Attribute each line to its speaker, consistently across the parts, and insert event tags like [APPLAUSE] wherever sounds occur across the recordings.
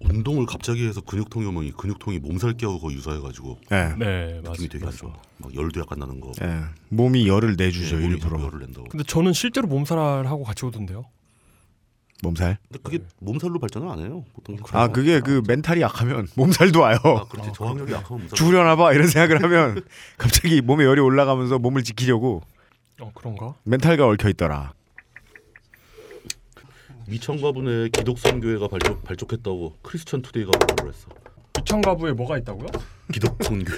Speaker 1: 운동을 갑자기 해서 근육통이 오면 이 근육통이 몸살 깨우고 유사해가지고
Speaker 2: 예.
Speaker 3: 네, 맞,
Speaker 1: 느낌이 되게 안 좋아.
Speaker 3: 맞아요.
Speaker 1: 막 열도 약간 나는 거.
Speaker 2: 예. 몸이 열을 내주죠
Speaker 1: 네, 몸이
Speaker 2: 일부러
Speaker 1: 열을 낸다고.
Speaker 3: 근데 저는 실제로 몸살하고 같이 오던데요.
Speaker 2: 몸살.
Speaker 1: 근데 그게 몸살로 발전을 안 해요. 보통.
Speaker 2: 아 그게 그 멘탈이 약하면 [LAUGHS] 몸살도 와요.
Speaker 1: 아, 그렇지.
Speaker 3: 아,
Speaker 1: 저항력이 약하면 몸살.
Speaker 2: 죽으려나 봐 이런 생각을 하면 [LAUGHS] 갑자기 몸에 열이 올라가면서 몸을 지키려고
Speaker 3: 어 그런가?
Speaker 2: 멘탈과 얽혀 있더라.
Speaker 1: 미천가분의 기독성 교회가 발족, 발족했다고 크리스천 투데이가 보도를 했어.
Speaker 3: 미창가부에 뭐가 있다고요?
Speaker 1: 기독성 교회.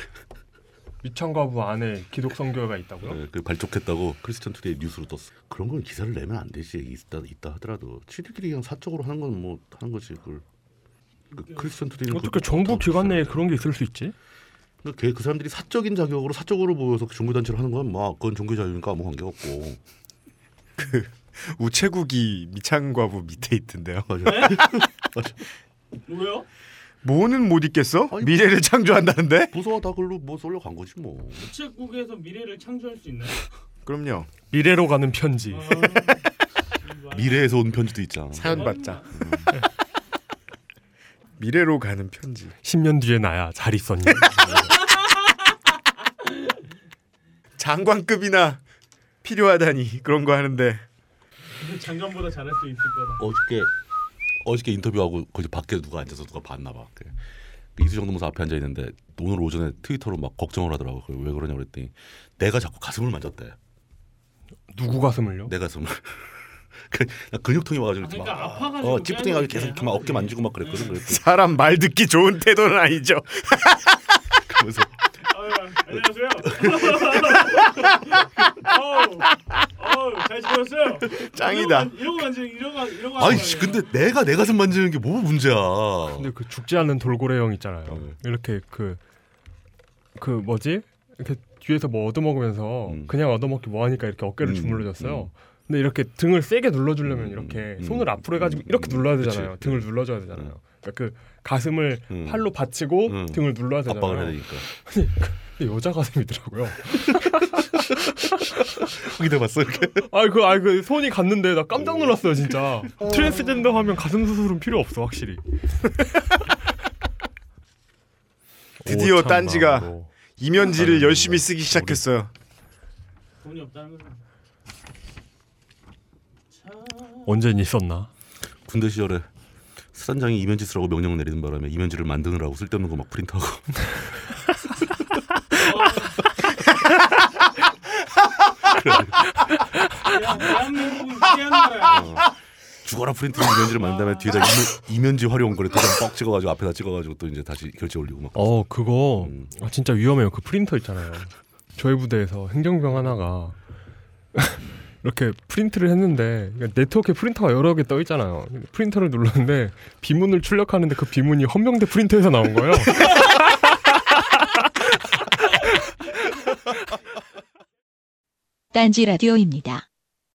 Speaker 3: 미창가부 안에 기독성교회가
Speaker 1: [LAUGHS]
Speaker 3: 있다고요?
Speaker 1: 네, 그 발족했다고 크리스천 투데이 뉴스로 떴어. 그런 건 기사를 내면 안 되지. 있다 있다 하더라도 지들끼리 그냥 사적으로 하는 건 뭐 하는 거지 그걸. 그 크리스천 투데이는
Speaker 3: 네. 어떻게
Speaker 1: 그것도
Speaker 3: 정부
Speaker 1: 다
Speaker 3: 기관 내에
Speaker 1: 무시하는데.
Speaker 3: 그런 게 있을 수 있지?
Speaker 1: 근데 걔, 그 사람들이 사적인 자격으로 사적으로 모여서 종교 단체를 하는 건 막 그건 종교 자유니까 아무 관계 없고.
Speaker 2: 우체국이 미창과부 밑에 있던데요.
Speaker 1: 맞아.
Speaker 4: 네?
Speaker 1: [LAUGHS]
Speaker 3: 왜요?
Speaker 2: 뭐는 못 있겠어?
Speaker 1: 아니,
Speaker 2: 미래를 창조한다는데?
Speaker 1: 부서와 다 글로 뭐 쏠려간 거지 뭐.
Speaker 4: 우체국에서 미래를 창조할 수 있나요?
Speaker 2: 그럼요.
Speaker 3: 미래로 가는 편지.
Speaker 1: 음. 미래에서 온 편지도 있잖아.
Speaker 2: 사연 받자. 음. [LAUGHS] 미래로 가는 편지.
Speaker 3: 10년 뒤에 나야 잘 있었니?
Speaker 1: [LAUGHS]
Speaker 2: 장관급이나 필요하다니 그런 거 하는데
Speaker 4: 장관보다 잘할 수 있을 거다.
Speaker 1: 어저께 어저께 인터뷰하고 거기 밖에 누가 앉아서 누가 봤나 봐. 그 이수정 노무사 앞에 앉아 있는데 오늘 오전에 트위터로 막 걱정을 하더라고. 그왜 그러냐 그랬더니 내가 자꾸 가슴을 만졌대.
Speaker 3: 누구 가슴을요?
Speaker 1: 내 가슴을. [LAUGHS] 그- 나 근육통이 와가지고
Speaker 4: 아,
Speaker 1: 이렇게 막
Speaker 4: 그러니까 아파가지고 네. 음.
Speaker 1: 어, 찌뿌둥이 가지고
Speaker 4: 깨는
Speaker 1: 계속 이렇게 막
Speaker 4: 거지.
Speaker 1: 어깨 만지고 막 그랬거든. 그랬더니
Speaker 2: 사람 말 듣기 좋은 태도는 아니죠.
Speaker 1: 그러면서
Speaker 4: 아유, 안녕하세요. 어우, 어우, 잘 지내셨어요?
Speaker 2: 짱이다.
Speaker 4: 이런 거 만지는 이런 거 이런 거.
Speaker 1: 아니
Speaker 4: 하는 거 아니에요?
Speaker 1: 근데 내가 내 가슴 만지는 게 뭐 문제야.
Speaker 3: 근데 그 죽지 않는 돌고래 형 있잖아요.
Speaker 1: 어, 네.
Speaker 3: 이렇게 그 그 뭐지? 이렇게 뒤에서 뭐 얻어먹으면서
Speaker 1: 음.
Speaker 3: 그냥 얻어먹기 뭐하니까 이렇게 어깨를
Speaker 1: 음,
Speaker 3: 주물러줬어요.
Speaker 1: 음.
Speaker 3: 근데 이렇게 등을 세게 눌러주려면
Speaker 1: 음,
Speaker 3: 이렇게
Speaker 1: 음,
Speaker 3: 손을 앞으로 해가지고
Speaker 1: 음,
Speaker 3: 이렇게 눌러야
Speaker 1: 그치.
Speaker 3: 되잖아요. 등을 눌러줘야 되잖아요. 그러니까 그 가슴을
Speaker 1: 음.
Speaker 3: 팔로 받치고
Speaker 1: 음.
Speaker 3: 등을 눌러야
Speaker 1: 압박을 해야
Speaker 3: 되잖아요.
Speaker 1: 되니까.
Speaker 3: 근데 여자 가슴이더라고요. [LAUGHS]
Speaker 1: 거기 대봤어 이렇게.
Speaker 3: 아그 아이 그 손이 갔는데 나 깜짝 놀랐어요 진짜. 트랜스젠더 하면 가슴 수술은 필요
Speaker 1: [LAUGHS]
Speaker 3: 없어 확실히.
Speaker 2: 드디어
Speaker 3: 오찬
Speaker 2: 딴지가
Speaker 3: 마음으로.
Speaker 2: 이면지를 열심히 쓰기 시작했어요.
Speaker 4: 돈이 없다는 거.
Speaker 3: 언젠 있었나?
Speaker 1: 군대 시절에 수단장이 이면지 쓰라고 명령을 내리는 바람에 이면지를 만드느라고 쓸데없는 거 막 프린트하고 [LAUGHS]
Speaker 4: 야, 대한민국은 피하는 거야.
Speaker 1: 죽어라 프린트 이면지를 만든 다음에 뒤에다 이면, 지 활용 거래 도장 뻑 찍어가지고 앞에다 찍어가지고 또 이제 다시 결제 올리고 막
Speaker 3: 어 그거
Speaker 1: 음.
Speaker 3: 아, 진짜 위험해요. 그 프린터 있잖아요. 저희 부대에서 행정병 하나가 [LAUGHS] 이렇게 프린트를 했는데 그러니까 네트워크에 프린터가 여러 개 떠 있잖아요. 프린터를 눌렀는데 비문을 출력하는데 그 비문이 헌명대 프린터에서 나온 거예요.
Speaker 5: 딴지 라디오입니다.